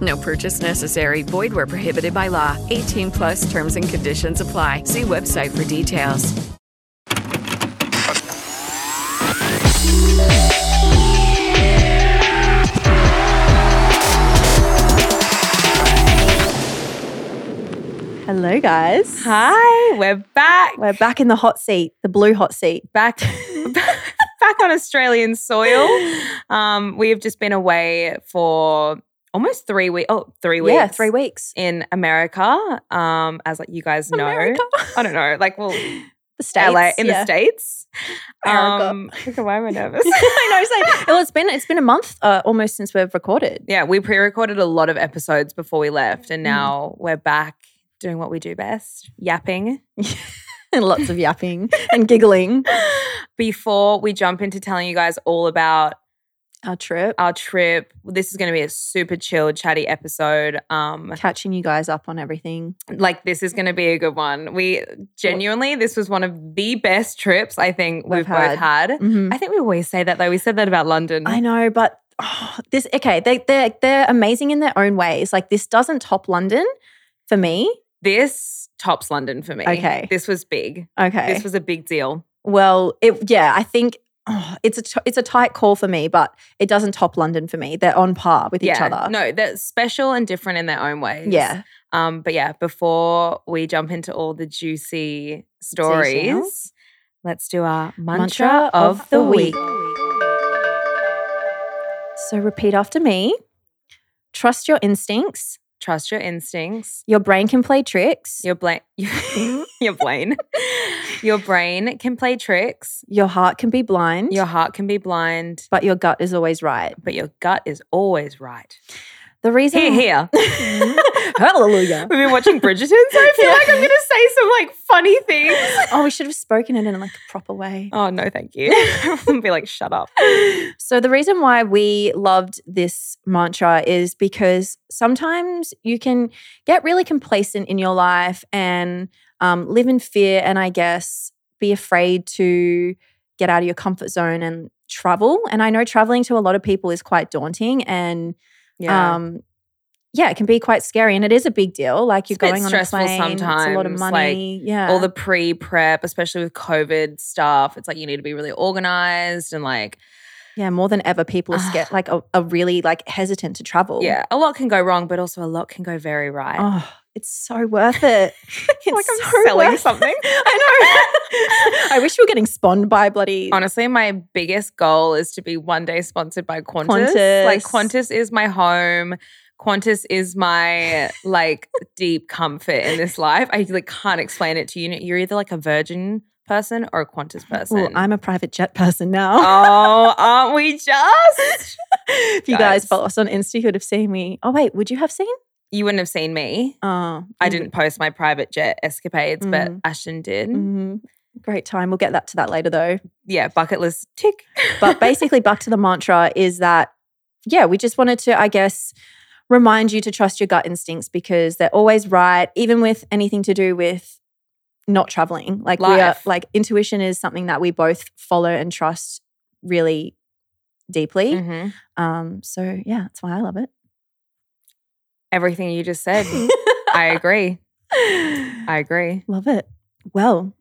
No purchase necessary. Void where prohibited by law. 18 plus terms and conditions apply. See website for details. Hello, guys. Hi, we're back. We're back in the hot seat, the blue hot seat. back back on Australian soil. Um, we have just been away for almost three weeks. Oh, three weeks. Yeah, three weeks. in America. Um, as like you guys know, America. I don't know, like well, The States. LA in yeah. the states. America. Um, look at why am I nervous? I know. So, well, it's been it's been a month uh, almost since we've recorded. yeah, we pre-recorded a lot of episodes before we left, and now we're back doing what we do best, yapping. and lots of yapping and giggling. Before we jump into telling you guys all about Our trip, our trip. This is going to be a super chilled, chatty episode. Um, catching you guys up on everything. like this is going to be a good one. We genuinely, this was one of the best trips I think we've, We've both had. Mhm. I think we always say that though. We said that about London. I know, but oh, this okay. They they're they're amazing in their own ways. Like this doesn't top London for me. This tops London for me. Okay. this was big. Okay. This was a big deal. Well, it yeah, I think oh, it's a t- it's a tight call for me, but it doesn't top London for me. They're on par with each yeah, other. no, they're special and different in their own ways. Yeah. Um, but yeah, before we jump into all the juicy now. stories, let's do our mantra, of, the week. So repeat after me. Trust your instincts. Trust your instincts. Your brain can play tricks. Your brain, Mm-hmm. your brain, your brain can play tricks. Your heart can be blind, Your heart can be blind, but your gut is always right. but your gut is always right. The reason Here, here. Hallelujah. We've been watching Bridgerton, so I feel like I'm going to say some like funny things. Oh, we should have spoken it in like a proper way. Oh no, thank you. I'll be like, shut up. So, the reason why we loved this mantra is because sometimes you can get really complacent in your life and um, live in fear, and I guess be afraid to get out of your comfort zone and travel. And I know traveling to a lot of people is quite daunting, and Yeah, um, yeah, it can be quite scary, and it is a big deal. Like you're It's a bit going on a stressful plane, it's a lot of sometimes, like, money. yeah, all the pre-prep, especially with COVID stuff, it's like you need to be really organized and like, yeah, more than ever, people are scared, like are, are really like hesitant to travel. yeah, a lot can go wrong, but also a lot can go very right. Oh, it's so worth it. It's like I'm so selling worth- something. I know. I wish we were getting spawned by bloody. Honestly, my biggest goal is to be one day sponsored by Qantas. Like Qantas. Qantas is my home. Qantas is my like deep comfort in this life. I like can't explain it to you. You're either like a virgin person or a Qantas person. Well, I'm a private jet person now. oh, aren't we just? if you guys guys. follow us on Insta, you would have seen me. Oh wait, would you have seen? You wouldn't have seen me. Oh, I you- didn't post my private jet escapades, but Mm. Ashton did. Mhm. Great time. We'll get that to that later though. Yeah, bucket list tick. But basically, back to the mantra is that yeah, we just wanted to, I guess, remind you to trust your gut instincts because they're always right, even with anything to do with not traveling. Like we are Life. like intuition is something that we both follow and trust really deeply. Mhm. Um, so yeah, that's why I love it. everything you just said. I agree. I agree. love it. Well,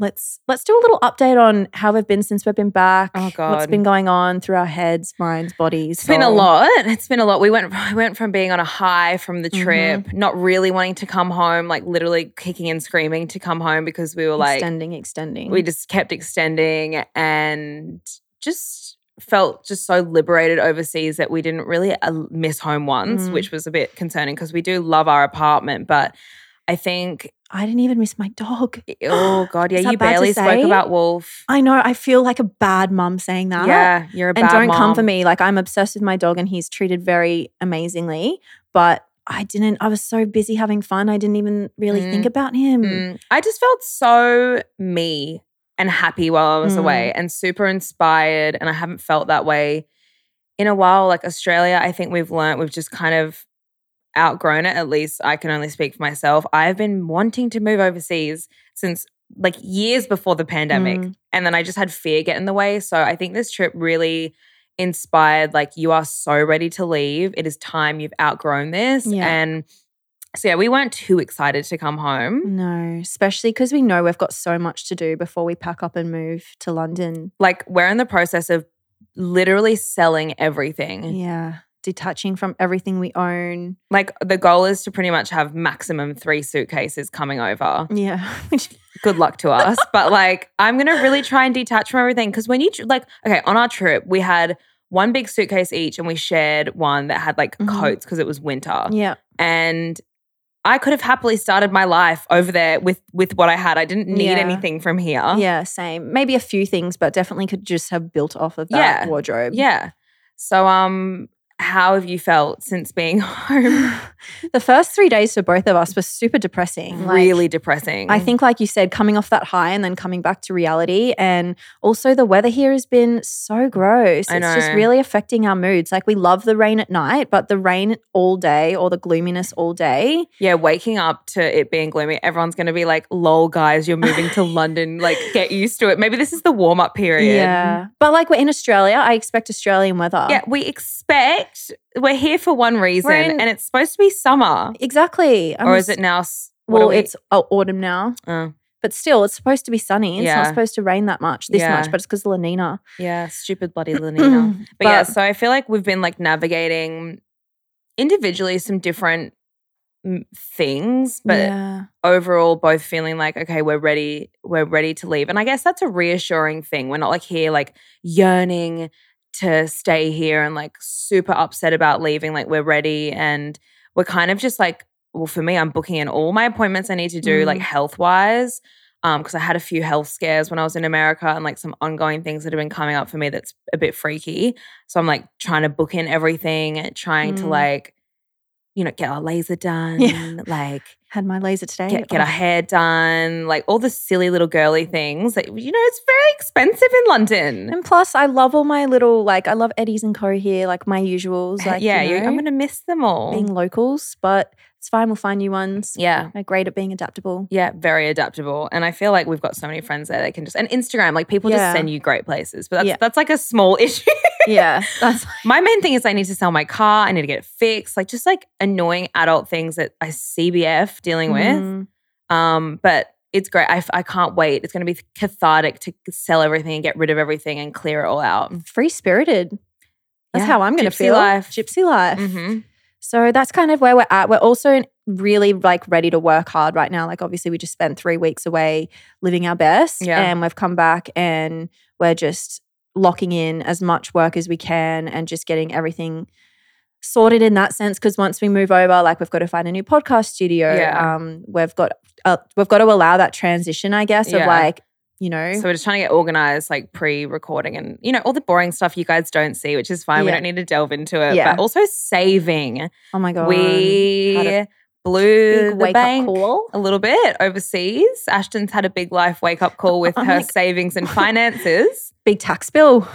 let's let's do a little update on how we've been since we've been back. Oh, What's God. been going on through our heads, minds, bodies. It's been a soul. lot. It's been a lot. We went we went from being on a high from the Mm-hmm. trip, not really wanting to come home, like literally kicking and screaming to come home because we were like extending, extending. we just kept extending and just felt just so liberated overseas that we didn't really uh, miss home once, Mm. which was a bit concerning because we do love our apartment, but I think I didn't even miss my dog. oh god, Is yeah, that you bad to barely say? spoke about Wolf. I know. I feel like a bad mum saying that. Yeah, you're a And bad don't come mom. for me. Like I'm obsessed with my dog, and he's treated very amazingly. But I didn't, I was so busy having fun. I didn't even really Mm. think about him. Mm. I just felt so me and happy while I was Mm. away and super inspired. And I haven't felt that way in a while. Like Australia, I think we've learnt, we've just kind of outgrown it. At least I can only speak for myself. I've been wanting to move overseas since like years before the pandemic. Mm. And then I just had fear get in the way. So I think this trip really inspired like you are so ready to leave. It is time you've outgrown this. Yeah. And so yeah, we weren't too excited to come home. No, especially because we know we've got so much to do before we pack up and move to London. like we're in the process of literally selling everything. Yeah. Detaching from everything we own. Like the goal is to pretty much have maximum three suitcases coming over. Yeah. Good luck to us. but like I'm going to really try and detach from everything cuz when you tr- like okay, on our trip we had one big suitcase each and we shared one that had like Mhm. coats cuz it was winter. yeah. And I could have happily started my life over there with with what I had. I didn't need Yeah. anything from here. Yeah. Same. Maybe a few things, but definitely could just have built off of that Yeah. wardrobe. Yeah. So um how have you felt since being home? the first three days for both of us were super depressing. Like, really depressing. I think, like you said, coming off that high and then coming back to reality. And also, the weather here has been so gross. I it's just know. really affecting our moods. Like, we love the rain at night, but the rain all day or the gloominess all day. yeah, waking up to it being gloomy, everyone's going to be like, "Lol, guys, you're moving to London. Like, get used to it." Maybe this is the warm up period. Yeah. But like, we're in Australia. I expect Australian weather. Yeah, we expect we're here for one reason, in- and it's supposed to be summer, Exactly. I'm or is s- it now? s- what are Well, we- it's oh, autumn now, Oh, but still, it's supposed to be sunny. It's Yeah. not supposed to rain that much this Yeah. much, but it's because La Nina. yeah, stupid bloody La Nina. but, yeah, But- so I feel like we've been like navigating individually some different mm, things, but yeah. overall both feeling like okay we're ready we're ready to leave and i guess that's a reassuring thing we're not like here like yearning to stay here and like super upset about leaving like we're ready and we're kind of just like well for me i'm booking in all my appointments i need to do like Mm. health wise um because i had a few health scares when i was in america and like some ongoing things that have been coming up for me that's a bit freaky so i'm like trying to book in everything trying to Mm. like you know get our laser done like had my laser today. get, get Oh, our hair done, like all the silly little girly things that, you know, it's very expensive in London. And plus, I love all my little like I love Eddie's and Co here, like my usuals. Like Eh, yeah, you you- know, I'm going to miss them all. being locals, but it's fine. We'll find new ones. yeah. They're great at being adaptable. Yeah, very adaptable. And I feel like we've got so many friends there that can just, and Instagram, like people Yeah. just send you great places. But that's, Yeah. that's like a small issue. yeah, that's my main thing is I need to sell my car. I need to get it fixed. Like just like annoying adult things that I CBF dealing with. Mhm. Um, but it's great. I, f- I can't wait. It's going to be cathartic to sell everything and get rid of everything and clear it all out. free spirited. That's Yeah. how I'm going to Gypsy feel. life. Gypsy life. Mhm. So that's kind of where we're at. We're also really like ready to work hard right now. Like obviously we just spent three weeks away living our best. Yeah. And we've come back and we're just locking in as much work as we can and just getting everything sorted in that sense. Cause once we move over, like we've got to find a new podcast studio. Yeah. Um, we've got uh, we've got to allow that transition, I guess, Yeah. of like, you know, So we're just trying to get organized, like pre-recording, and you know all the boring stuff you guys don't see, which is fine. We Yeah. don't need to delve into it. Yeah. But also saving, oh my God. had we a blew big the wake bank up call. a little bit overseas. Ashton's had a big life wake-up call with I'm her like- savings and finances. Big tax bill.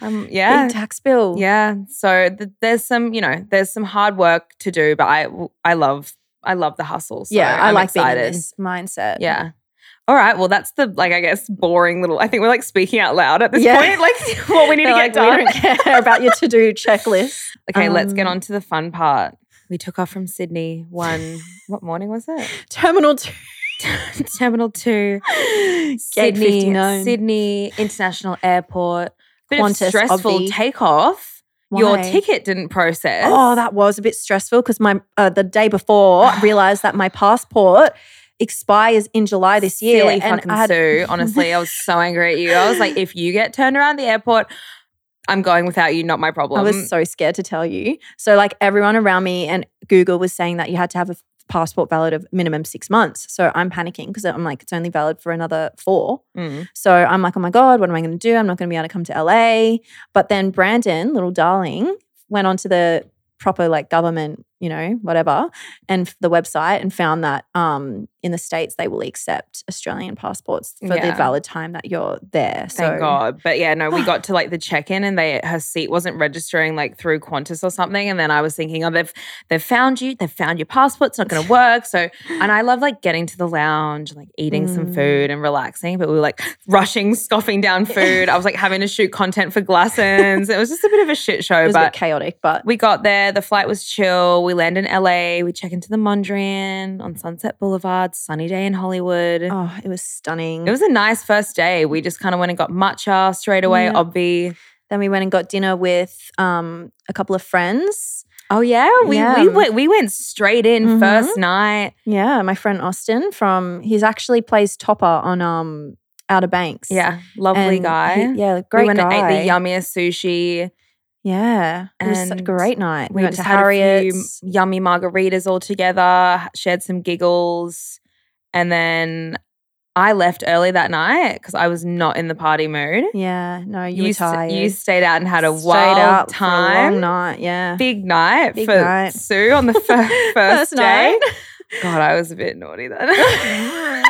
Um, yeah, Big tax bill. yeah. So th- there's some, you know, there's some hard work to do, but I, I love, I love the hustle. So yeah, I I'm like excited. being in this mindset. Yeah. All right. Well, that's the like I guess boring little. I think we're like speaking out loud at this Yeah. point. Like what we need to They're like, get done. We don't care about your to-do checklist. Okay, let's get Um, on to the fun part. We took off from Sydney one. what morning was it? Terminal two. Terminal two, Gate Sydney, 59. Sydney International Airport. Bit Qantas, of stressful obvi. takeoff. Your Why? ticket didn't process. Oh, that was a bit stressful because my uh, the day before I realized that my passport expires in July this year, Silly and fucking I had Sue. Honestly, I was so angry at you. I was like, if you get turned around the airport, I'm going without you. Not my problem. I was so scared to tell you. So like everyone around me and Google was saying that you had to have a f- passport valid of minimum six months. So I'm panicking because I'm like it's only valid for another four. Mm. So I'm like, oh my God, what am I going to do? I'm not going to be able to come to LA. But then Brandon, little darling, went onto the proper like government you know, whatever, and f- the website and found that um, in the States they will accept Australian passports for the Yeah. valid time that you're there. So, Thank God. But yeah, no, we got to like the check-in and they her seat wasn't registering like through Qantas or something. And then I was thinking, oh, they've they've found you, they've found your passport, it's not gonna work. So and I love like getting to the lounge and like eating some Mm. food and relaxing, but we were like rushing, scoffing down food. I was like having to shoot content for Glassons. it was just a bit of a shit it show. was a bit But chaotic, but we got there, the flight was chill. We land in LA, we check into the Mondrian on Sunset Boulevard, sunny day in Hollywood. oh, it was stunning. It was a nice first day. We just kind of went and got matcha straight away, Yeah. obvi. then we went and got dinner with um, a couple of friends. Oh yeah, Mm-hmm. we Yeah. we went we went straight in Mhm. first night. Yeah, my friend Austin from he's actually plays Topper on um, Outer Banks. Yeah, lovely And guy. he- yeah, great we went guy. and ate the yummiest sushi. Yeah, it was such a And great night. We, We went just to had a few Harriet's. yummy margaritas all together. Shared some giggles, and then I left early that night because I was not in the party mood. Yeah, no, you, were s- tired. you stayed out and had a Straight wild up for a time. long night. Yeah, Big night Big for night. Sue on the fir- first, First day. night. God, I was a bit naughty then.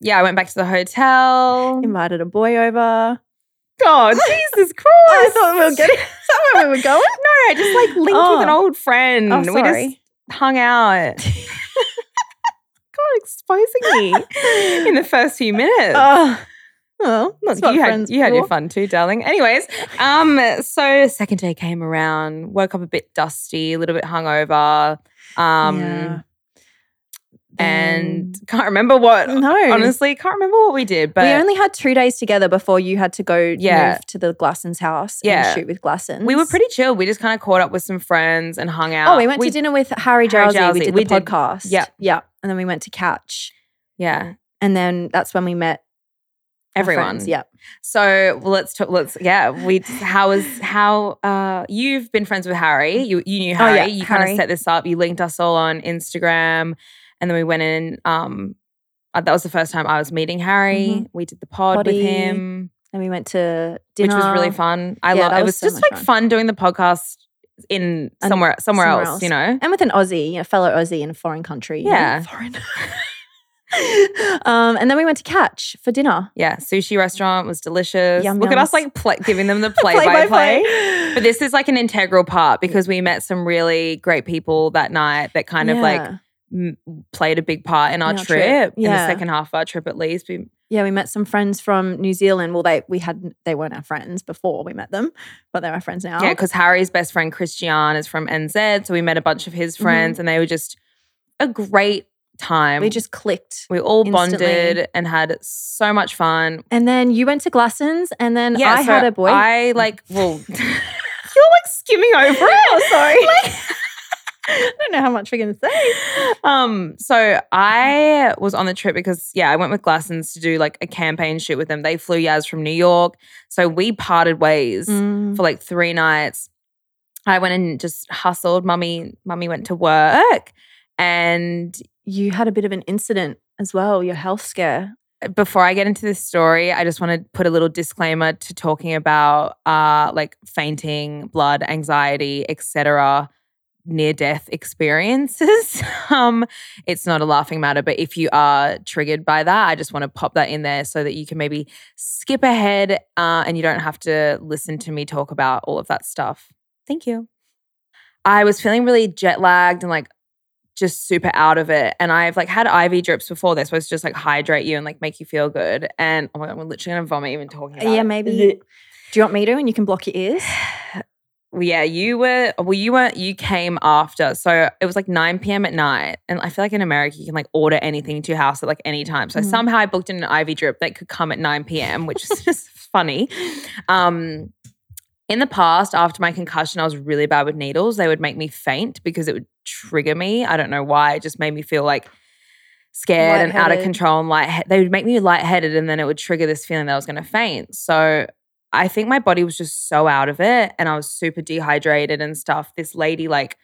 yeah, I went back to the hotel. invited a boy over. God, Jesus Christ. I thought we were getting somewhere. We were going. No, I just like linked with an Oh. old friend. Oh, Mm, We sorry. just hung out. God, exposing me in the first few minutes. oh, well, that's what you had, friends. you had do. your fun too, darling. Anyways, um, so second day came around, woke up a bit dusty, a little bit hungover, um, Yeah. and can't remember what. Then- no, Honestly, can't remember what we did, but we only had two days together before you had to go Yeah. move to the Glassons' house Yeah. and shoot with Glassons. we were pretty chill. We just kind of caught up with some friends and hung out. Oh, we went to dinner with Harry Harry Jowsey. We Jowsey. did the We did- podcast. yeah. yeah, and then we went to Couch, Yeah, and then that's when we met our everyone. friends. Yeah, So well, let's talk. Let's yeah. We how is how uh you've been friends with Harry. You you knew Oh, Harry. yeah, You kind Harry. of set this up. You linked us all on Instagram, and then we went in. Um, uh, that was the first time I was meeting Harry. Mhm. We did the pod Poddy, with him, and we went to dinner, which was really fun. I Yeah, love. that It was was, so just much like fun. fun. doing the podcast in And somewhere somewhere, somewhere else, You know. and with an Aussie, you know, fellow Aussie in a foreign country. you know, Yeah. foreign. um, and then we went to Catch for dinner. Yeah, sushi restaurant was delicious. Yum Look at yums. us like pla giving them the play, Play by by play. play. But this is like an integral part because we met some really great people that night that kind of like Yeah. m- played a big part in our, In our trip, trip, in yeah. the second half of our trip at least. We, yeah, we met some friends from New Zealand. Well, they we had they weren't our friends before we met them, but they're our friends now. Yeah, because Harry's best friend Christian is from NZ, so we met a bunch of his Mm-hmm. friends, and they were just a great time. we just clicked. we all instantly- bonded and had so much fun. And then you went to Glassons, and then Yeah, I so had a boy. I like well, you're like skimming over it. Oh, sorry. I don't know how much we're gonna say. Um, so I was on the trip because yeah, I went with Glassons to do like a campaign shoot with them. They flew Yaz from New York, so we parted ways Mm. for like three nights. I went and just hustled. Mummy, mummy went to work, and You had a bit of an incident as well. Your health scare. before I get into this story, I just want to put a little disclaimer to talking about uh like fainting, blood, anxiety, etc. near death experiences. um it's not a laughing matter, but if you are triggered by that, I just want to pop that in there so that you can maybe skip ahead uh and you don't have to listen to me talk about all of that stuff. Thank you. I was feeling really jet lagged and like just super out of it. And I've like had IV drips before. They're supposed to just like hydrate you and like make you feel good. And oh my god, I'm literally gonna vomit even talking about Yeah, it. maybe. Do you want me to? And you can block your ears. Well, yeah, you were well, you were you came after. So it was like 9 p.m. at night. And I feel like in America you can like order anything to your house at like any time. So Mhm. somehow I booked in an IV drip that could come at 9 p.m., which is just funny. Um in the past, after my concussion, I was really bad with needles. They would make me faint because it would trigger me. I don't know why. It just made me feel like scared and out of Lightheaded. control and light. They would make me lightheaded, and then it would trigger this feeling that I was going to faint. So I think my body was just so out of it, and I was super dehydrated and stuff. This lady like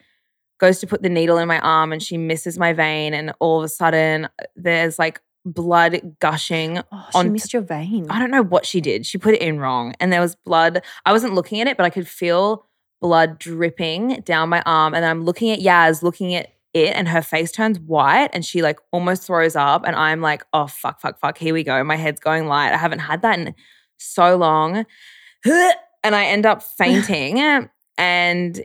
goes to put the needle in my arm, and she misses my vein, and all of a sudden there's like blood gushing Oh, she On- missed your vein. I don't know what she did. She put it in wrong and there was blood. I wasn't looking at it, but I could feel blood dripping down my arm. And I'm looking at Yaz, looking at it, and her face turns white and she like almost throws up. And I'm like, oh, fuck, fuck, fuck. Here we go. My head's going light. I haven't had that in so long. And I end up fainting. and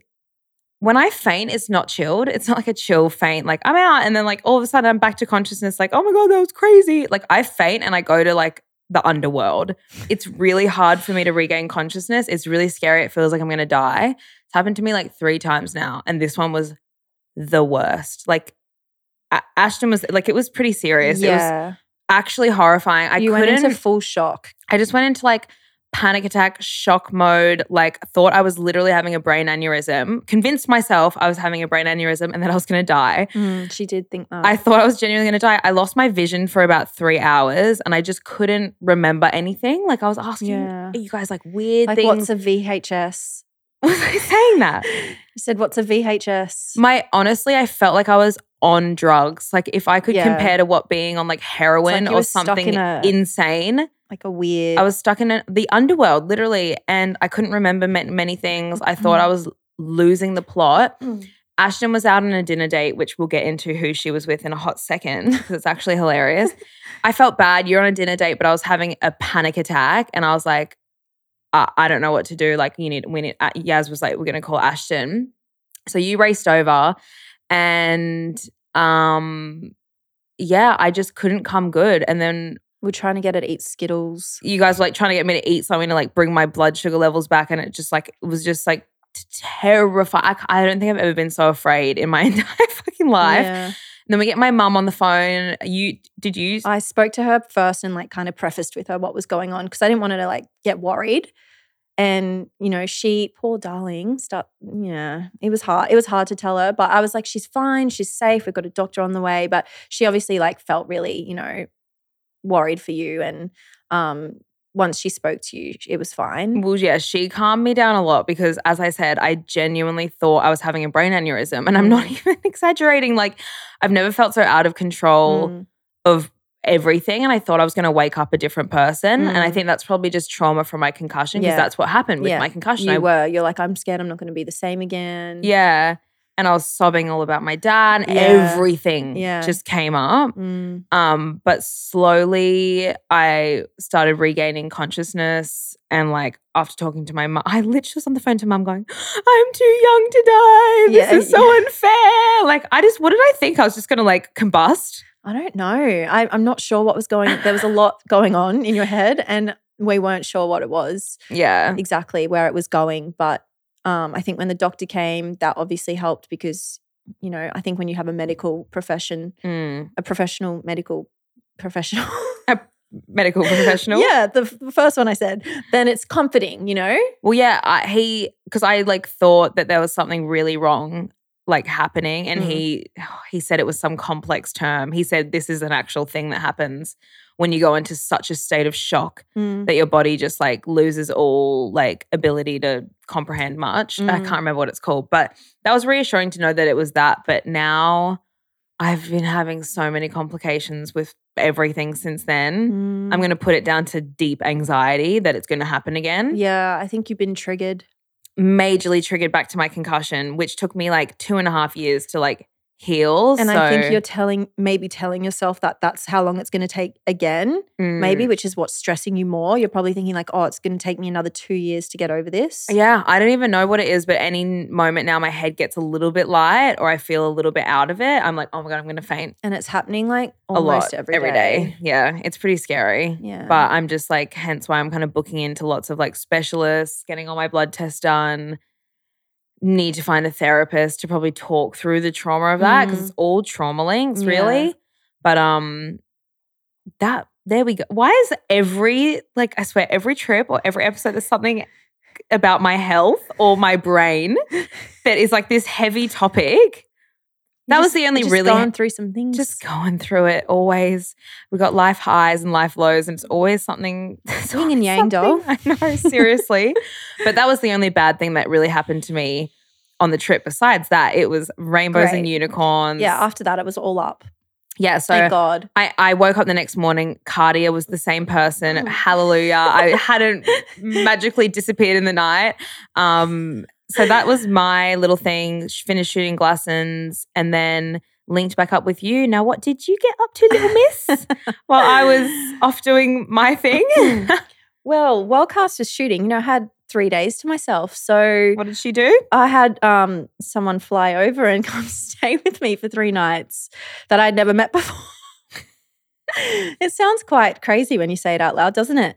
when I faint, it's not chilled. It's not like a chill faint, like I'm out. And then, like, all of a sudden, I'm back to consciousness, like, oh my God, that was crazy. Like, I faint and I go to like the underworld. It's really hard for me to regain consciousness. It's really scary. It feels like I'm going to die. It's happened to me like three times now. And this one was the worst. Like, A- Ashton was like, it was pretty serious. It was Yeah. actually horrifying. I you went couldn't. into full shock. I just went into like panic attack, shock mode, like thought I was literally having a brain aneurysm, convinced myself I was having a brain aneurysm and that I was going to die. she did think that. I thought I was genuinely going to die. I lost my vision for about three hours and I just couldn't remember anything. Like I was asking Yeah. you guys like weird like, things. what's a VHS? was I saying that? You said, what's a VHS? My honestly, I felt like I was on drugs. Like if I could Yeah. compare to what being on like heroin you or were stuck in something a- insane. like a weird. I was stuck in a, the underworld, literally, and I couldn't remember ma- many things. I thought I was losing the plot. Mm. Ashton was out on a dinner date, which we'll get into who she was with in a hot second because it's actually hilarious. I felt bad. You're on a dinner date, but I was having a panic attack, and I was like, I, I don't know what to do. Like, you need, we need, uh, Yaz was like, we're going to call Ashton. So you raced over, and, um, yeah, I just couldn't come good. And then We're trying to get her to eat Skittles. you guys were like trying to get me to eat something to like bring my blood sugar levels back and it just like it was just like terrifying I, ca- I don't think i've ever been so afraid in my entire fucking life Yeah. And then we get my mum on the phone you did you I spoke to her first and like kind of prefaced with her what was going on because I didn't want her to like get worried. And you know, she poor darling, start yeah, it was hard. It was hard to tell her, but I was like, she's fine, she's safe. We've got a doctor on the way, but she obviously like felt really, you know, worried for you. And um, once she spoke to you, it was fine. well yeah she calmed me down a lot because as i said i genuinely thought i was having a brain aneurysm and i'm Mm. not even exaggerating like i've never felt so out of control Mm. of everything and I thought I was going to wake up a different person and I Mm. think that's probably just trauma from my concussion because Yeah. that's what happened with Yeah. my concussion. I, You were. You're like, I'm scared. I'm not going to be the same again. yeah. And I was sobbing all about my dad and Yeah. everything Yeah. just came up. Mm. Um but slowly I started regaining consciousness and like after talking to my mum I literally was on the phone to mum going I'm too young to die. This Yeah. is so unfair. Like I just what did I think I was just going to like combust? I don't know. I, I'm not sure what was going. There was a lot going on in your head, and we weren't sure what it was Yeah. exactly where it was going. But um, I think when the doctor came, that obviously helped because you know I think when you have a medical profession, Mm. a professional medical professional. Medical professional. yeah, the, f- the first one I said. Then it's comforting, you know. Well, yeah, I, he because I like thought that there was something really wrong like happening, and Mhm. he he said it was some complex term. He said this is an actual thing that happens when you go into such a state of shock that your body just like loses all like ability to comprehend much. I Mm. can't remember what it's called, but that was reassuring to know that it was that. But now I've been having so many complications with everything since then. Mm. Mm-hmm. I'm going to put it down to deep anxiety that it's going to happen again Yeah, I think you've been triggered. majorly triggered back to my concussion, which took me like two and a half years to like heal. And so, I think you're telling, maybe telling yourself that that's how long it's going to take again, Mm. maybe, which is what's stressing you more. You're probably thinking, like, oh, it's going to take me another two years to get over this. Yeah, I don't even know what it is, but any moment now my head gets a little bit light or I feel a little bit out of it. I'm like, oh my God, I'm going to faint And it's happening like a lot almost every day. Yeah, it's pretty scary. Yeah. But I'm just like, hence why I'm kind of booking into lots of like specialists, getting all my blood tests done. Need to find a therapist to probably talk through the trauma of that because Mm. it's all trauma links, Yeah. really. But um, that there we go. Why is every like I swear every trip or every episode there's something about my health or my brain that is like this heavy topic. That You're was just- the you're only just really going through some things. just going through it always. We got life highs and life lows, and it's always something. it's Yin and always Mm. yang, doll. something- I know, seriously. but that was the only bad thing that really happened to me on the trip. Besides that, it was rainbows and Great. unicorns. yeah. After that, it was all up. yeah. So Thank God. I, I woke up the next morning. Cardia was the same person. Hallelujah. I hadn't magically disappeared in the night. Um, so that was my little thing. Sh- Finished shooting Glassons and then linked back up with you. Now, what did you get up to, little miss? While I was off doing my thing. Well, Worldcast was shooting. You know, I had three days to myself. So what did she do? I had um, someone fly over and come stay with me for three nights that I'd never met before. it sounds quite crazy when you say it out loud, doesn't it?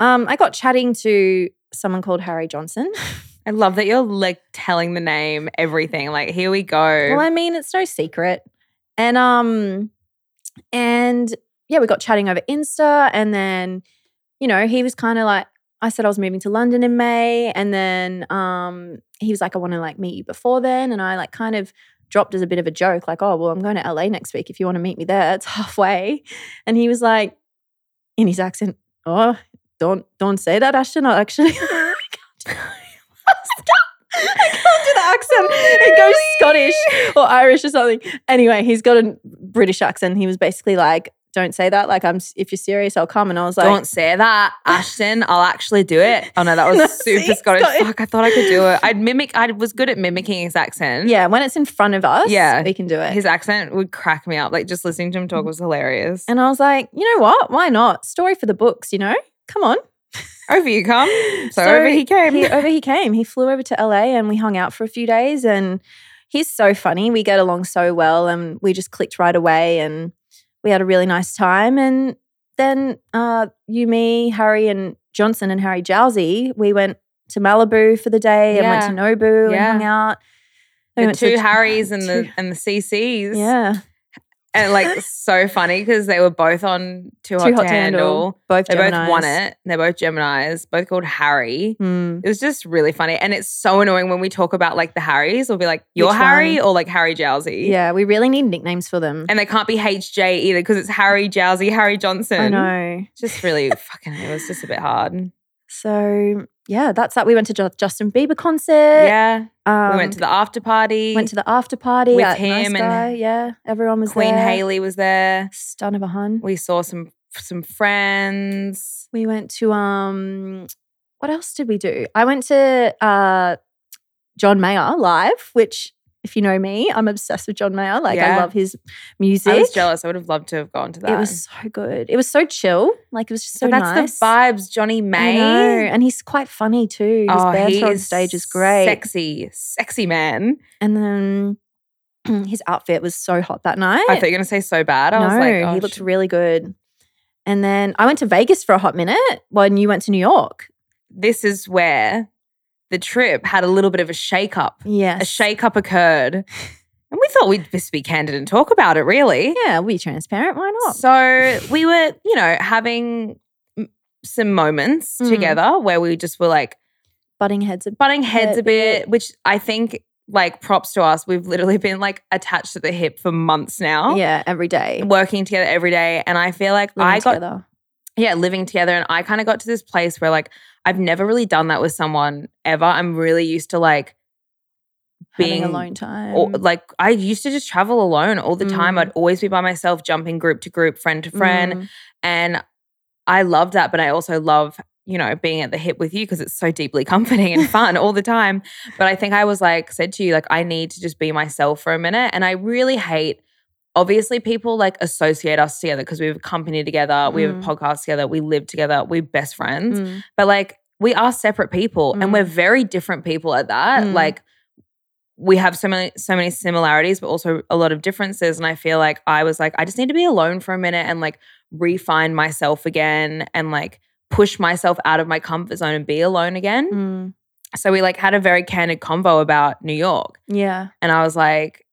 Um, I got chatting to someone called Harry Johnson. I love that you're like telling the name, everything. Like, here we go. Well, I mean, it's no secret. And um and yeah, we got chatting over Insta and then you know, he was kind of like I said I was moving to London in May and then um he was like I want to like meet you before then and I like kind of dropped as a bit of a joke like, "Oh, well, I'm going to LA next week if you want to meet me there. It's halfway." And he was like in his accent, "Oh, don't don't say that, Ashton. I actually I can't I can't do the accent. It goes Scottish or Irish or something. Anyway, he's got a British accent. He was basically like, "Don't say that. Like, I'm if you're serious, I'll come." And I was like, Don't say that, Ashton. I'll actually do it. Oh no, that was No, super see, Scottish. Scottish. Fuck, I thought I could do it. I'd mimic. I was good at mimicking his accent. "Yeah, when it's in front of us, Yeah. we can do it." his accent would crack me up. Like just listening to him talk was hilarious. and I was like, "You know what? Why not? Story for the books. You know, come on." over you come. So, over he came. He, over he came. He flew over to LA and we hung out for a few days. And he's so funny. We get along so well and we just clicked right away and we had a really nice time. And then uh, you, me, Harry, and Johnson and Harry Jowsey, we went to Malibu for the day and went to Nobu Yeah. and hung out. Then we the went to two Harrys and the two- and the CCs. Yeah. And like so funny because they were both on Too Hot, to Handle. Both They Geminis. both won it. They're both Geminis, both called Harry. Mm. It was just really funny. And it's so annoying when we talk about like the Harrys. We'll be like, you're Which Harry one? or like Harry Jowsey. Yeah, we really need nicknames for them. And they can't be HJ either because it's Harry Jowsey, Harry Johnson. I know. It's Just really fucking, it was just a bit hard. So yeah, that's that. We went to Ju- Justin Bieber concert. Yeah. Um, we went to the after party. went to the after party With at Nice him and Guy, yeah, everyone was Queen there. Haley was there. stun of a hun. We, We saw some some friends. went to um, what else did we do? I went to uh, John Mayer live, which if you know me, I'm obsessed with John Mayer. Like I Yeah. love his music. I was jealous. I would have loved to have gone to that. It was so good. It was so chill. Like it was just so so that's nice. the eh? vibes, Johnny I know. May. Oh, And he's quite funny too. His banter on stage is great. Sexy, sexy man. And then his outfit was so hot that night. I thought you were gonna say so bad. I no, was like, oh, he looked sh- really good. And then I went to Vegas for a hot minute when you went to New York. this is where the trip had a little bit of a shake up. Yes. A shake up occurred. And we thought we'd just be candid and talk about it, really. Yeah, we transparent. Why not? So we were, you know, having m- some moments Mm. together where we just were like Butting heads. Are- butting heads Yeah, a yeah. bit, which I think, like, props to us. We've literally been like attached to the hip for months now. Yeah, every day. Working together every day. And I feel like Living I got, together. yeah, living together. And I kind of got to this place where, like, I've never really done that with someone ever. I'm really used to, like, being having alone time. or, like, I used to just travel alone all the time. Mm. I'd always be by myself, jumping group to group, friend to friend. Mm. And I love that, but I also love, you know, being at the hip with you because it's so deeply comforting and fun all the time. But I think I was like, said to you, like, I need to just be myself for a minute. And I really hate, obviously, people like associate us together because we have a company together, we have a Mm. podcast together, we live together, we're best friends. Mm. But like, we are separate people Mm. and we're very different people at that. Mm. Like, we have so many so many similarities but also a lot of differences and i feel like i was like i just need to be alone for a minute and like refine myself again and like push myself out of my comfort zone and be alone again Mm. so we like had a very candid convo about new york Yeah. and i was like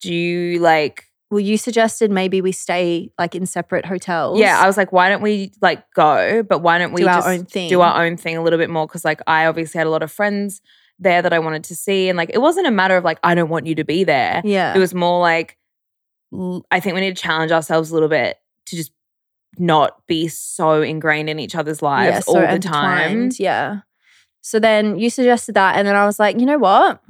do you like Well, you suggested maybe we stay like in separate hotels. yeah i was like why don't we like go but why don't we do just our own thing. do our own thing a little bit more because like i obviously had a lot of friends there that i wanted to see and like it wasn't a matter of like i don't want you to be there Yeah. It was more like l- I think we need to challenge ourselves a little bit to just not be so ingrained in each other's lives yeah, so all the time. intertwined, Yeah. So then you suggested that, and then I was like, you know what?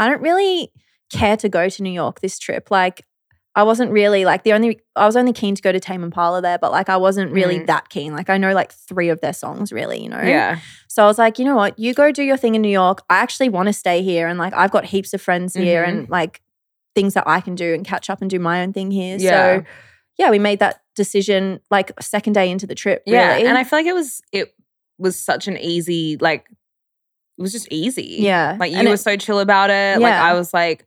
I don't really care to go to New York this trip. Like, I wasn't really like the only I was only keen to go to Tame Impala there, but like I wasn't really Mm. that keen. Like I know like three of their songs really, you know. Yeah. So I was like, you know what? You go do your thing in New York. I actually want to stay here, and like I've got heaps of friends here, Mhm. and like things that I can do and catch up and do my own thing here. Yeah. So yeah, we made that decision like second day into the trip. Yeah. really. And I feel like it was it was such an easy, like it was just easy. yeah, Like you And were it- so chill about it. Like Yeah. I was like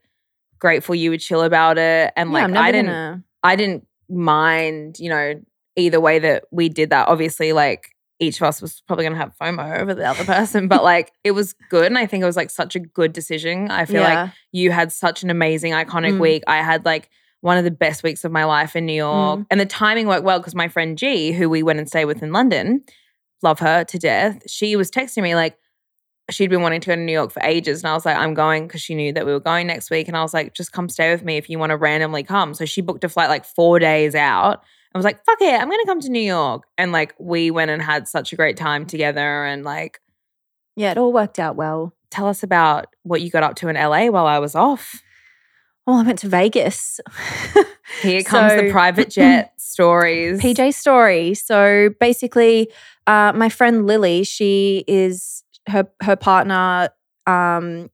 grateful you were chill about it. And yeah, like I'm never I didn't gonna- I didn't mind, you know, either way that we did that. Obviously, like each of us was probably gonna have FOMO over the other person, but like it was good. And I think it was like such a good decision. I feel like yeah. you had such an amazing, iconic Mm. week. I had like one of the best weeks of my life in New York. And the timing worked well because my friend G, who we went and stayed with in London, love her to death. She was texting me like, she'd been wanting to go to New York for ages. And I was like, I'm going because she knew that we were going next week. And I was like, just come stay with me if you want to randomly come. So she booked a flight like four days out. I was like, fuck it, I'm going to come to New York. And like, we went and had such a great time together. And like, yeah, it all worked out well. tell us about what you got up to in LA while I was off. Well, Oh, I went to Vegas. Here comes the So- private jet stories. PJ story. So basically, uh, my friend Lily, she is her her partner. Um,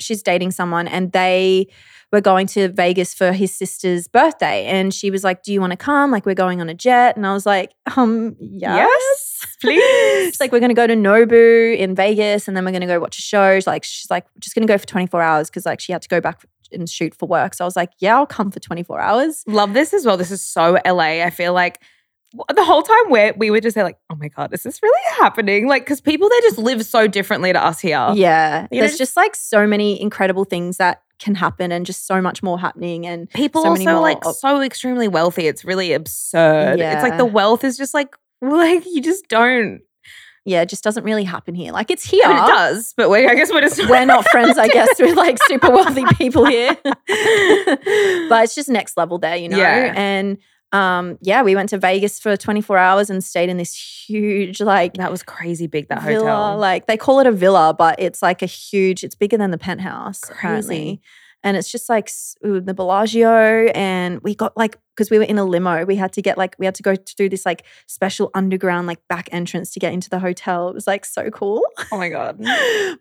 she's dating someone, and they were going to Vegas for his sister's birthday. And she was like, "Do you want to come? Like, we're going on a jet." And I was like, "Um, yes." Yes, please. She's like, we're gonna go to Nobu in Vegas, and then we're gonna go watch a show. She's like, she's like, just gonna go for twenty four hours because like she had to go back and shoot for work. So I was like, yeah, I'll come for twenty four hours. love this as well. This is so LA. I feel like w- the whole time where we were just there, like, oh my god, is this really happening? Like, because people there just live so differently to us here. Yeah. Oh. You know, There's just- just, like so many incredible things that can happen and just so much more happening. And People So many also more like op- so extremely wealthy. It's really absurd. It's like Yeah. the wealth is just like like you just don't. yeah, it just doesn't really happen here. Like it's I here. mean, it does, but we, I guess we're just We're not friends, I guess, with like super wealthy people here. but but it's just next level there, you know? Yeah. And um, yeah, we went to Vegas for 24 hours and stayed in this huge, like, that was crazy big that villa. hotel. Like they call it a villa, but it's like a huge. It's bigger than the penthouse Crazy. apparently, and it's just like s- ooh, the Bellagio. And we got like because we were in a limo, we had to get like we had to go through this like special underground like back entrance to get into the hotel. It was like so cool. oh my god.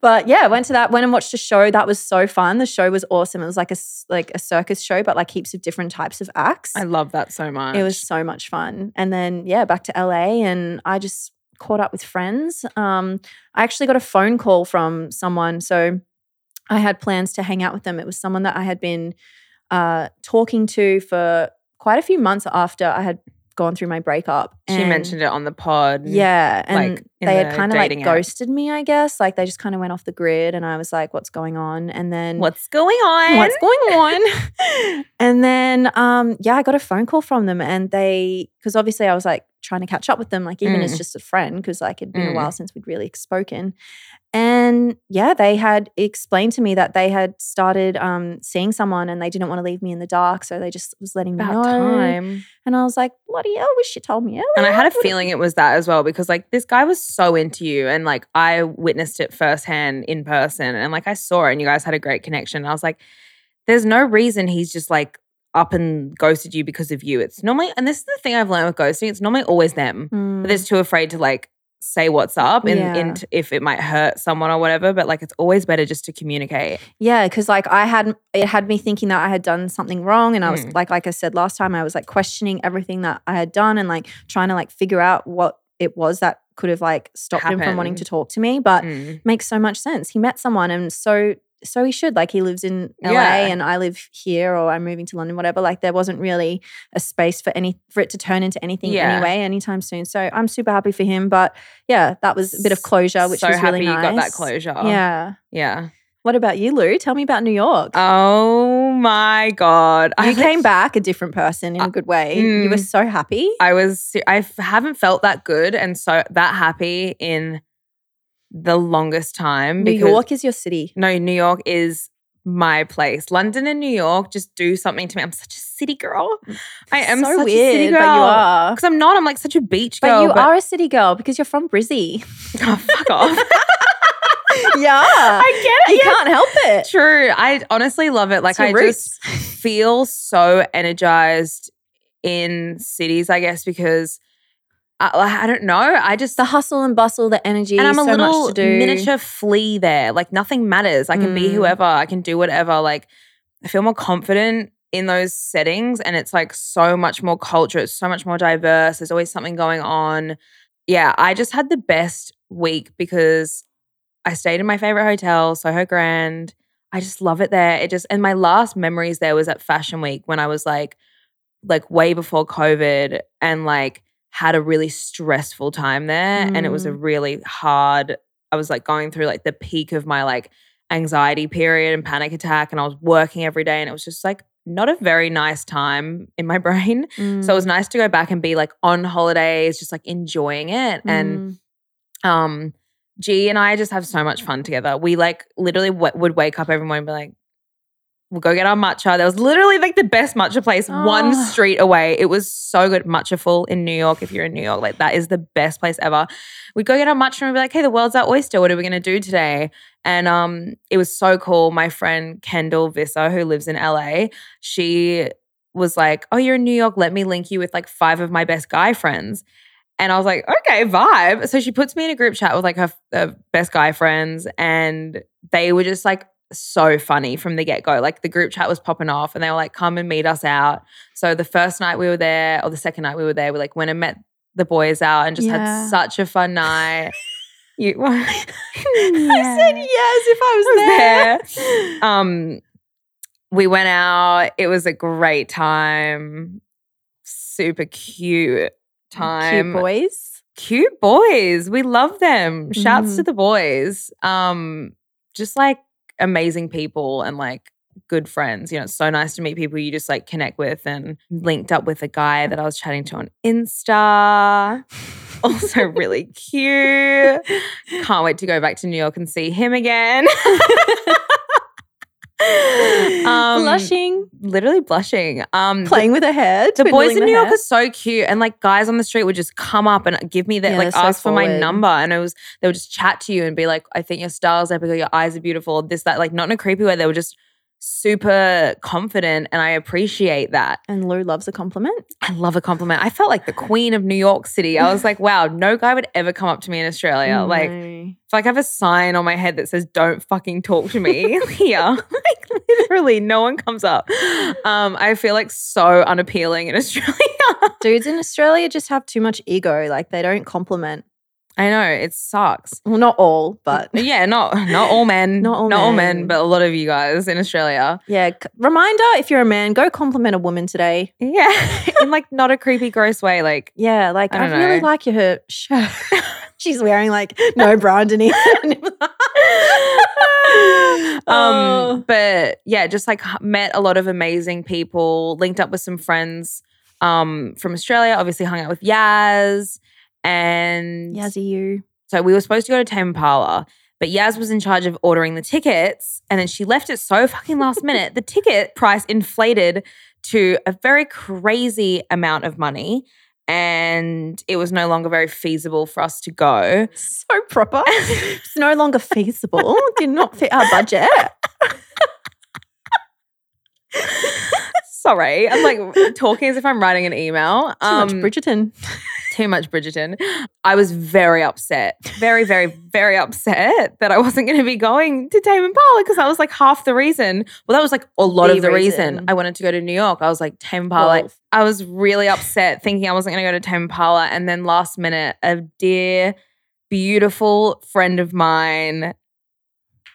but yeah, went to that. Went and watched a show. That was so fun. The show was awesome. It was like a s- like a circus show, but like heaps of different types of acts. I love that so much. It was so much fun. And then yeah, back to LA and I just caught up with friends. Um I actually got a phone call from someone so I had plans to hang out with them. It was someone that I had been uh talking to for quite a few months after I had gone through my breakup. She mentioned it on the pod. Yeah, like, and in they the had kind of like dating app. ghosted me, I guess. Like they just kind of went off the grid and I was like what's going on? And then What's going on? What's going on? and then, um, yeah, I got a phone call from them, and they, because obviously I was like trying to catch up with them, like even Mm. as just a friend, because like it'd been Mm. a while since we'd really spoken. And yeah, they had explained to me that they had started um, seeing someone, and they didn't want to leave me in the dark, so they just was letting me About know. time. And I was like, bloody hell, wish you told me. earlier. And I had a Would've- feeling it was that as well because like this guy was so into you and like I witnessed it firsthand in person and like I saw it and you guys had a great connection. And I was like, there's no reason he's just like up and ghosted you because of you. It's normally and this is the thing I've learned with ghosting, it's normally always them. Mm. But they're just too afraid to like say what's up and, Yeah. and if it might hurt someone or whatever. But like it's always better just to communicate. Yeah, because like I had it had me thinking that I had done something wrong, and I was Mm. like, like I said last time, I was like questioning everything that I had done, and like trying to like figure out what it was that could have like stopped him from wanting Happened. to talk to me. But Mm. makes so much sense. He met someone, and so so he should like he lives in LA, Yeah. and I live here, or I'm moving to London, whatever. Like there wasn't really a space for any for it to turn into anything Yeah. anyway, anytime soon. So I'm super happy for him, but yeah, that was a bit of closure, which so was happy really you nice. got that closure. Yeah. Yeah. What about you, Lou? Tell me about New York. Oh my God. you came back a different person in a good way. you were Uh, Mm. so happy. I was se- I f- haven't felt that good and so that happy in the longest time New because- York is your city. no New York is my place. London and New York just do something to me. I'm such a city girl. I am so such weird, a city but girl. you are. Because I'm not. I'm like such a beach But girl. you are a city girl because you're from Brizzy. Oh, fuck off. yeah, I get it. you yeah. can't help it. True. I honestly love it. Like It's your I roots. just feel so energized in cities, I guess, because I, I don't know. I just the hustle and bustle, the energy, and I'm a so little much to do. miniature flea there. Like nothing matters. I can be Mm. whoever. I can do whatever. Like I feel more confident in those settings, and it's like so much more culture. It's so much more diverse. There's always something going on. Yeah, I just had the best week because I stayed in my favorite hotel, Soho Grand. I just love it there. It just and my last memories there was at Fashion Week when I was like, like way before COVID, and like had a really stressful time there and it was a really hard i was like going through like the peak of my like anxiety period and panic attack and i was working every day and it was just like not a very nice time in my brain Mm. so it was nice to go back and be like on holidays just like enjoying it and um G and I just have so much fun together. We like literally w- would wake up every morning and be like, we'll go get our matcha. There was literally like the best matcha place one Oh. street away. It was so good. Matchaful in New York, if you're in New York, like that is the best place ever. We'd go get our matcha and we'd be like, hey, the world's our oyster. What are we going to do today? And um, it was so cool. My friend Kendall Visser, who lives in LA, she was like, oh, you're in New York. Let me link you with like five of my best guy friends. And I was like, okay, vibe. So she puts me in a group chat with like her, her best guy friends, and they were just like so funny from the get go. Like the group chat was popping off, and they were like, come and meet us out. So the first night we were there, or the second night we were there, we like went and met the boys out and just Yeah. had such a fun night. you, I said yes if Mm. I was, I was there. um, we went out. It was a great time. Super cute time Cute boys. cute boys. We love them. Shouts to Mhm. the boys. Um, just like amazing people and like good friends. You know, it's so nice to meet people you just like connect with and linked up with a guy that I was chatting to on Insta. Also really cute. Can't wait to go back to New York and see him again. Um, Blushing, Literally blushing. Um, playing with her hair. the boys twiddling in the New York hair. are so cute, and like guys on the street would just come up and give me their Yeah, like they're so ask for my forward. number, and it was they would just chat to you and be like, "I think your style's epic, or your eyes are beautiful." This that like not in a creepy way. They were just super confident, and I appreciate that. and Lou loves a compliment. I love a compliment. I felt like the queen of New York City. I was like, wow, no guy would ever come up to me in Australia. Like, I Mm, No. feel like I have a sign on my head that says, "Don't fucking talk to me here." like literally, no one comes up. Um, I feel like so unappealing in Australia. dudes in Australia just have too much ego. Like they don't compliment. I know it sucks. Well, not all, but yeah, not not all men, Not all men. but a lot of you guys in Australia. yeah. c- Reminder: if you're a man, go compliment a woman today. Yeah, in like not a creepy, gross way. Like Yeah, like I I, don't really know. like your her shirt. She's wearing like no bra underneath. Oh, um, but yeah, just like h- met a lot of amazing people, linked up with some friends um from Australia. Obviously, hung out with Yaz and Yazzie, you. So we were supposed to go to Tame Impala, but Yaz was in charge of ordering the tickets, and then she left it so fucking last minute. The ticket price inflated to a very crazy amount of money, and it was no longer very feasible for us to go. So proper. it's no longer feasible. Did not fit our budget. Sorry, I'm like talking as if I'm writing an email. Um, Too much Bridgerton. too much Bridgerton. I was very upset, very, very, very upset that I wasn't going to be going to Tame Impala because that was like half the reason. Well, that was like a lot The of the reason. reason. I wanted to go to New York. I was like Tame Impala. Well- I was really upset thinking I wasn't going to go to Tame Impala, and then last minute, a dear, beautiful friend of mine.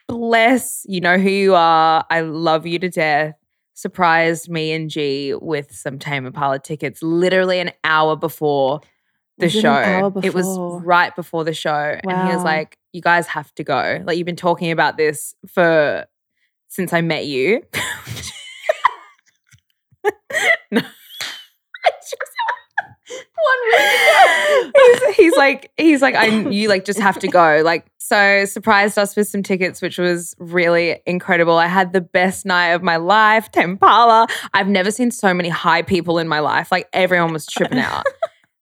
Bless, you know who you are. I love you to death surprised me and G with some Tame Impala tickets literally an hour before the Was it an show. hour It before? was right before the show. And he was Wow. like, You guys have to go. Like, you've been talking about this for since I met you. no. I just- he's, he's like he's like I you like just have to go like so surprised us with some tickets which was really incredible I had the best night of my life Tempala I've never seen so many high people in my life like everyone was tripping out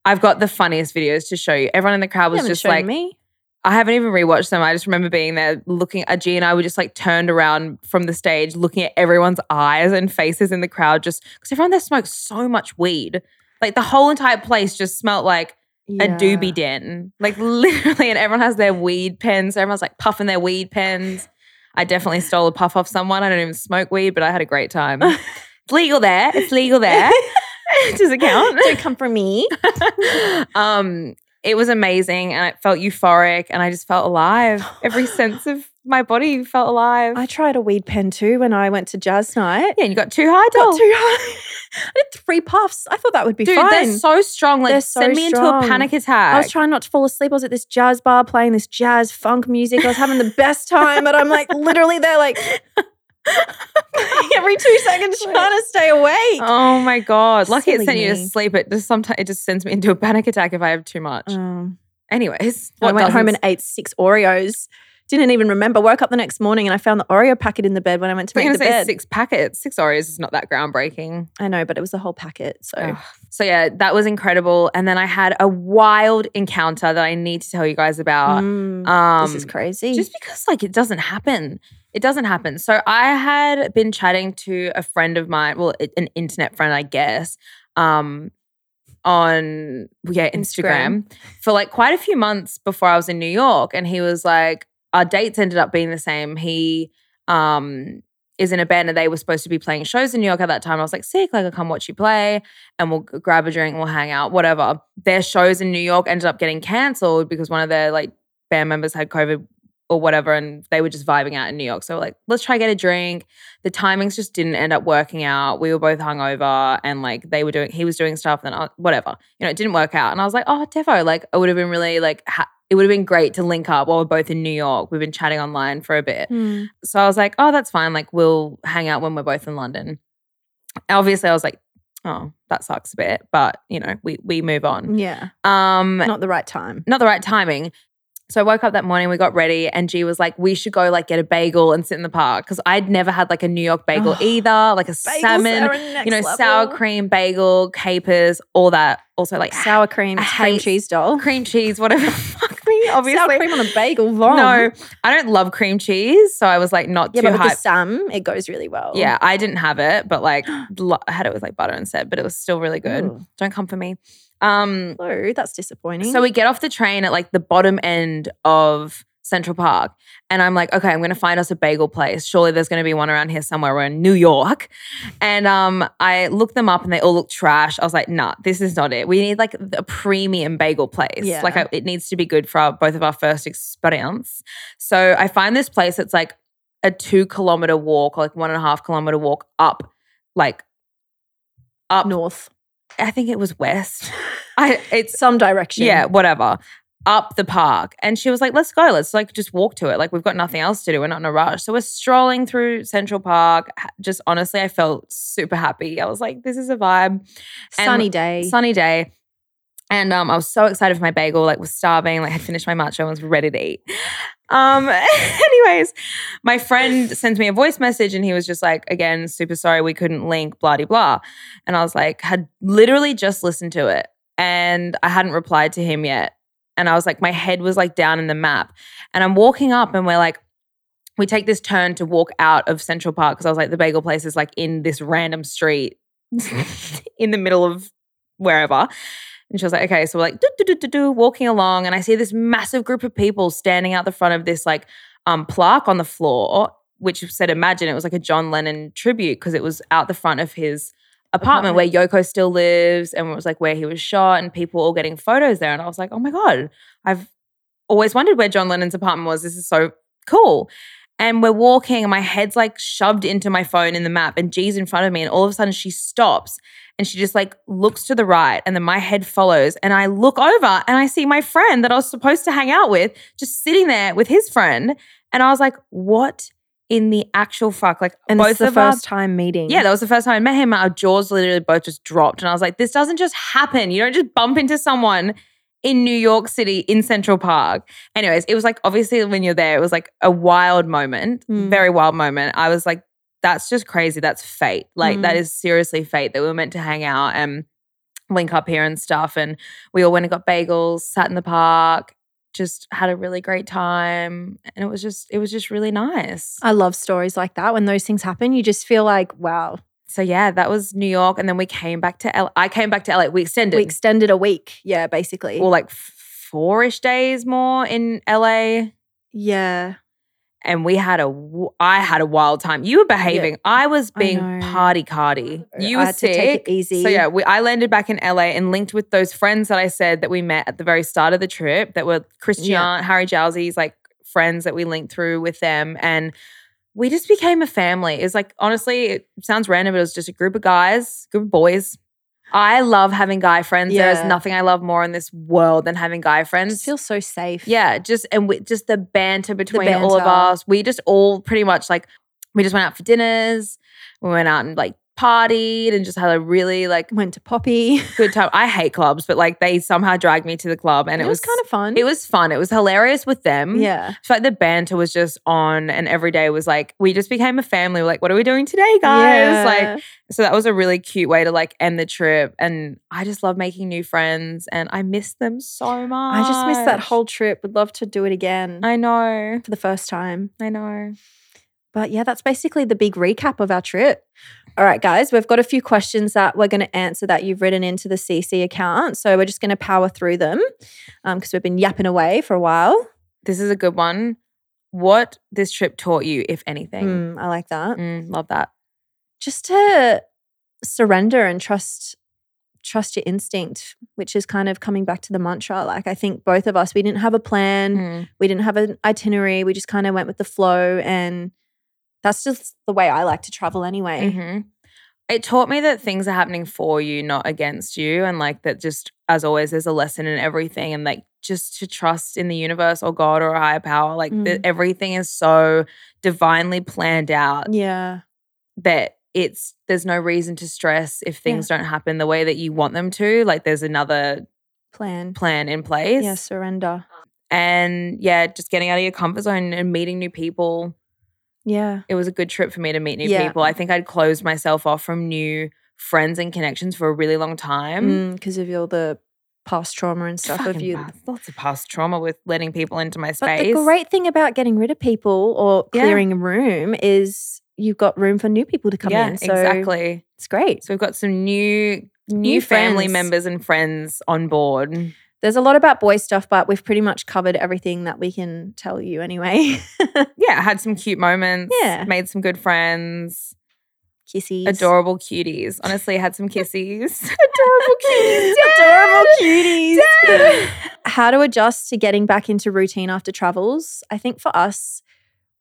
I've got the funniest videos to show you everyone in the crowd You was haven't just shown like me. I haven't even rewatched them. I just remember being there looking at G and I were just like turned around from the stage looking at everyone's eyes and faces in the crowd just because everyone there smoked so much weed. Like the whole entire place just smelt like a doobie den. Like literally, and everyone has their weed pens. Everyone's like puffing their weed pens. I definitely stole a puff off someone. I don't even smoke weed, but I had a great time. it's legal there. It's legal there. Does it count? Don't come for me. um, it was amazing and I felt euphoric and I just felt alive. Every sense of my body felt alive. I tried a weed pen too when I went to jazz night. yeah, and you got too high, Got doll. too high. I did three puffs. I thought that would be Dude, fine. they're so strong. Like They're so send me into strong. a panic attack. I was trying not to fall asleep. I was at this jazz bar playing this jazz funk music. I was having the best time, but I'm like literally there, like every two seconds Like- trying to stay awake. Oh my god! Lucky it Silly sent you to me. sleep. It just sometimes it just sends me into a panic attack if I have too much. Um, Anyways, I went home and doesn't- ate six Oreos. Didn't even remember. Woke up the next morning and I found the Oreo packet in the bed when I went to I was make gonna the say bed. six packets, six Oreos is not that groundbreaking. I know, but it was the whole packet. So Ugh. So yeah, that was incredible. And then I had a wild encounter that I need to tell you guys about. Mm, um, this is crazy. Just because like it doesn't happen. It doesn't happen. So I had been chatting to a friend of mine, well, i- an internet friend, I guess, um, on well, yeah, Instagram, Instagram. for like quite a few months before I was in New York. And he was like, our dates ended up being the same. He um is in a band and they were supposed to be playing shows in New York at that time. I was like, sick, like I'll come watch you play and we'll g- grab a drink and we'll hang out, whatever. Their shows in New York ended up getting cancelled because one of their like band members had COVID or whatever, and they were just vibing out in New York. So like, let's try get a drink. The timings just didn't end up working out. We were both hungover, and like they were doing, he was doing stuff, and I, whatever, you know, it didn't work out. And I was like, oh, Devo, like it would have been really like, ha- it would have been great to link up while we're both in New York. We've been chatting online for a bit, Mm. so I was like, oh, that's fine. Like we'll hang out when we're both in London. Obviously, I was like, oh, that sucks a bit, but you know, we we move on. yeah, Um, not the right time. not the right timing. So I woke up that morning, we got ready, and G was like, "We should go like get a bagel and sit in the park." Because I'd never had like a New York bagel Ugh. either, like a Bagels salmon, are a next you know, level. sour cream bagel, capers, all that. Also like sour sour cream, I it's cream hate- cheese doll. cream cheese, whatever. Fuck me, obviously. Sour cream on a bagel, vom. no, I don't love cream cheese, so I was like not yeah, too but with the hyped. Sam, it goes really well. Yeah, I didn't have it, but like lo- I had it with like butter instead, but it was still really good. Ooh. Don't come for me. Um, Hello, Mm. that's disappointing. So we get off the train at like the bottom end of Central Park. And I'm like, okay, I'm gonna find us a bagel place. Surely there's gonna be one around here somewhere. We're in New York. And um, I looked them up and they all look trash. I was like, nah, this is not it. We need like a premium bagel place. Yeah. Like I, it needs to be good for our, both of our first experience. So I find this place that's like a two kilometer walk, or like one and a half kilometer walk up, like up. north, I think it was west. I it's some direction. yeah, whatever. Up the park. And she was like, let's go. Let's like just walk to it. Like we've got nothing else to do. We're not in a rush. So we're strolling through Central Park. Ha- Just honestly, I felt super happy. I was like, this is a vibe. and sunny day. Sunny day. And um, I was so excited for my bagel, like was starving, like had finished my matcha and was ready to eat. Um, anyways, my friend sends me a voice message and he was just like, again, super sorry we couldn't link, blah de blah. And I was like, had literally just listened to it and I hadn't replied to him yet. And I was like, my head was like down in the map. And I'm walking up and we're like, we take this turn to walk out of Central Park because I was like, the bagel place is like in this random street in the middle of wherever. And she was like, okay, so we're like do, do, do, do, do, walking along, and I see this massive group of people standing out the front of this like um plaque on the floor, which said imagine it was like a John Lennon tribute because it was out the front of his apartment, where Yoko still lives, and it was like where he was shot, and people all getting photos there. And I was like, oh my God, I've always wondered where John Lennon's apartment was. This is so cool. And we're walking, and my head's like shoved into my phone in the map, and G's in front of me, and all of a sudden she stops and she just like looks to the right and then my head follows and i look over and i see my friend that i was supposed to hang out with just sitting there with his friend and i was like what in the actual fuck like and both this is the of our- first time meeting. yeah, that was the first time I met him. Our jaws literally both just dropped. And I was like, this doesn't just happen. You don't just bump into someone in New York City in Central Park. Anyways, it was like, obviously, when you're there, it was like a wild moment, Mm. very wild moment. I was like, that's just crazy. That's fate. Like, Mm. that is seriously fate that we were meant to hang out and link up here and stuff. And we all went and got bagels, sat in the park, just had a really great time and it was just it was just really nice. I love stories like that. When those things happen, you just feel like, wow, So yeah, that was New York and then we came back to L- I came back to LA. We extended we extended a week. Yeah, basically. or like f- four-ish days more in LA yeah. and we had a w- I had a wild time. You were behaving. I was I being know. party cardy. You I were had to take sick. it easy. So yeah, we, I landed back in LA and linked with those friends that I said that we met at the very start of the trip that were Christian, Harry Jowsey's like friends that we linked through with them and we just became a family. It was like honestly, it sounds random, but it was just a group of guys, group of boys. I love having guy friends. There's Yeah. nothing I love more in this world than having guy I friends. just feel so safe. Yeah, just and we, just the banter between all of banter. us. We just all pretty much like we just went out for dinners. We went out and like partied and just had a really like Went to Poppy. good time. I hate clubs, but like they somehow dragged me to the club and it, was, kind of fun. it was fun. It was hilarious with them. yeah. So like the banter was just on and every day was like we just became a family. We're like, what are we doing today, guys? Like Yeah. so that was a really cute way to like end the trip. And I just love making new friends and I miss them so much. I just missed that whole trip. Would love to do it again I know. for the first time. I know. But yeah, that's basically the big recap of our trip. All right, guys, we've got a few questions that we're going to answer that you've written into the CC account. So we're just going to power through them because we've been yapping away for a while. This is a good one. What this trip taught you, if anything. Mm, I like that. Mm, love that. Just to surrender and trust trust your instinct, which is kind of coming back to the mantra. Like I think both of us, we didn't have a plan. Mm. We didn't have an itinerary. We just kind of went with the flow. And that's just the way I like to travel anyway. Mhm. It taught me that things are happening for you, not against you. And like that, just as always, there's a lesson in everything. And like just to trust in the universe or God or a higher power, like Mm. that everything is so divinely planned out Yeah. that it's there's no reason to stress if Yeah. things don't happen the way that you want them to. Like there's another Plan. plan in place. Yeah, surrender. And yeah, just getting out of your comfort zone and meeting new people. Yeah. it was a good trip for me to meet new Yeah. people. I think I'd closed myself off from new friends and connections for a really long time. Because Mm, of all the past trauma and stuff of Fucking you. past- lots of past trauma with letting people into my But space. the great thing about getting rid of people or Yeah. clearing a room is you've got room for new people to come yeah, in. So exactly. it's great. So we've got some new new, New family friends. members and friends on board. There's a lot about boy stuff, but we've pretty much covered everything that we can tell you anyway. Yeah, had some cute moments. Yeah. made some good friends. Kisses. Adorable cuties. Honestly, had some kisses. Adorable cuties. Adorable Dad. cuties. How to adjust to getting back into routine after travels. I think for us,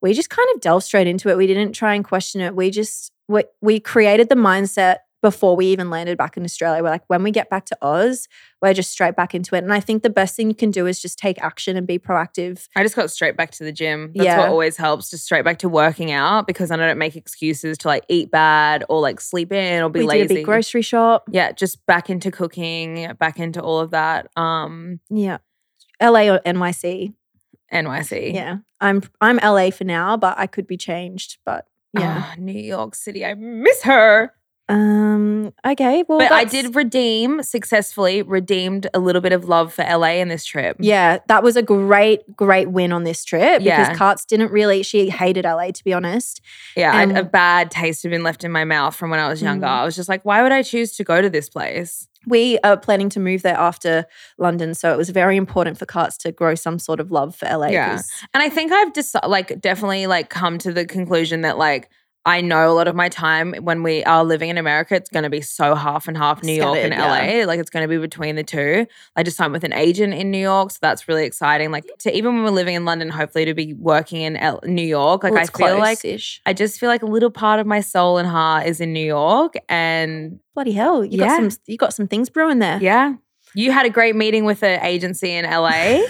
we just kind of delved straight into it. We didn't try and question it. We just we, we created the mindset before we even landed back in Australia. We're like, when we get back to Oz, we're just straight back into it. And I think the best thing you can do is just take action and be proactive. I just got straight back to the gym. That's Yeah. what always helps, just straight back to working out because then I don't make excuses to like eat bad or like sleep in or be we lazy. did a big grocery shop. yeah, just back into cooking, back into all of that. Um, Yeah. LA or NYC. NYC. Yeah. I'm I'm LA for now, but I could be changed. But yeah. Ah, New York City. I miss her. Um. Okay. Well, but I that's- did redeem successfully, redeemed a little bit of love for LA in this trip. Yeah, that was a great, great win on this trip Yeah. because Karts didn't really. She hated LA, to be honest. Yeah. I had a Um, bad taste had been left in my mouth from when I was younger. Mm. I was just like, why would I choose to go to this place? We are planning to move there after London, so it was very important for Karts to grow some sort of love for LA. Yeah. 'cause- And I think I've just like definitely like come to the conclusion that like I know a lot of my time when we are living in America, it's going to be so half and half New York and Scattered, LA. Like it's going to be between the two. I just signed with an agent in New York, so that's really exciting. Like to even when we're living in London, hopefully to be working in L- New York. Like well, I it's feel like close-ish. I just feel like a little part of my soul and heart is in New York, and bloody hell, you Yeah. got some, you got some things brewing there. yeah. You had a great meeting with an agency in LA.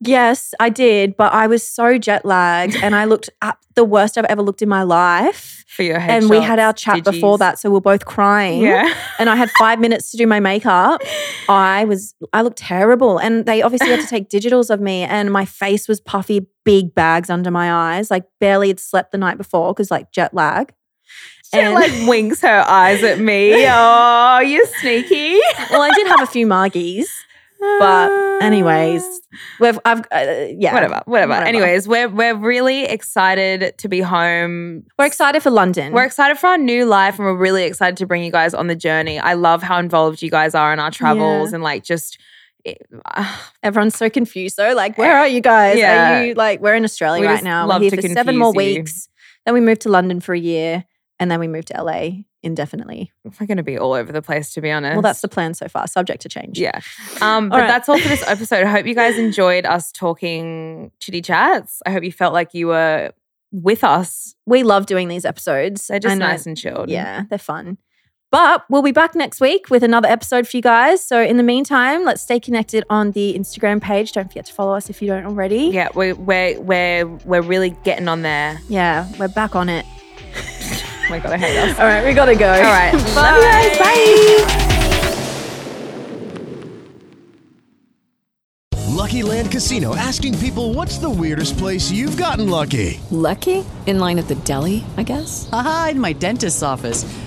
Yes, I did, but I was so jet lagged, and I looked at the worst I've ever looked in my life. for your headshots. And we had our chat before digis. that, so we're both crying. Yeah. and I had five minutes to do my makeup. I was I looked terrible, and they obviously had to take digitals of me, and my face was puffy, big bags under my eyes, like barely had slept the night before because like jet lag. She like winks her eyes at me. Oh, you're sneaky. Well, I did have a few margies, but Anyways, we've I've uh, yeah. Ah, Whatever, whatever. Whatever. Anyways, we're we're really excited to be home. We're excited for London. We're excited for our new life and we're really excited to bring you guys on the journey. I love how involved you guys are in our travels and like just it- ah, Everyone's so confused though. Like, where are you guys? Yeah. Are you like we're in Australia We right just now? love we're to here for seven more confuse you. weeks. Then we moved to London for a year, and then we moved to LA indefinitely. we're going to be all over the place to be honest. Well, that's the plan so far. Subject to change. yeah. Um, but right. that's all for this episode. I hope you guys enjoyed us talking chitty chats. I hope you felt like you were with us. we love doing these episodes. They're I just know- nice and chilled. Yeah, they're fun. But we'll be back next week with another episode for you guys. So in the meantime, let's stay connected on the Instagram page. Don't forget to follow us if you don't already. Yeah, we're we're we're we're really getting on there. Yeah, we're back on it. Oh my god, I hate us. All right, we gotta go. All right. Bye. Love you guys. Bye. Lucky Land Casino asking people what's the weirdest place you've gotten lucky? Lucky? In line at the deli, I guess? Aha, in my dentist's office.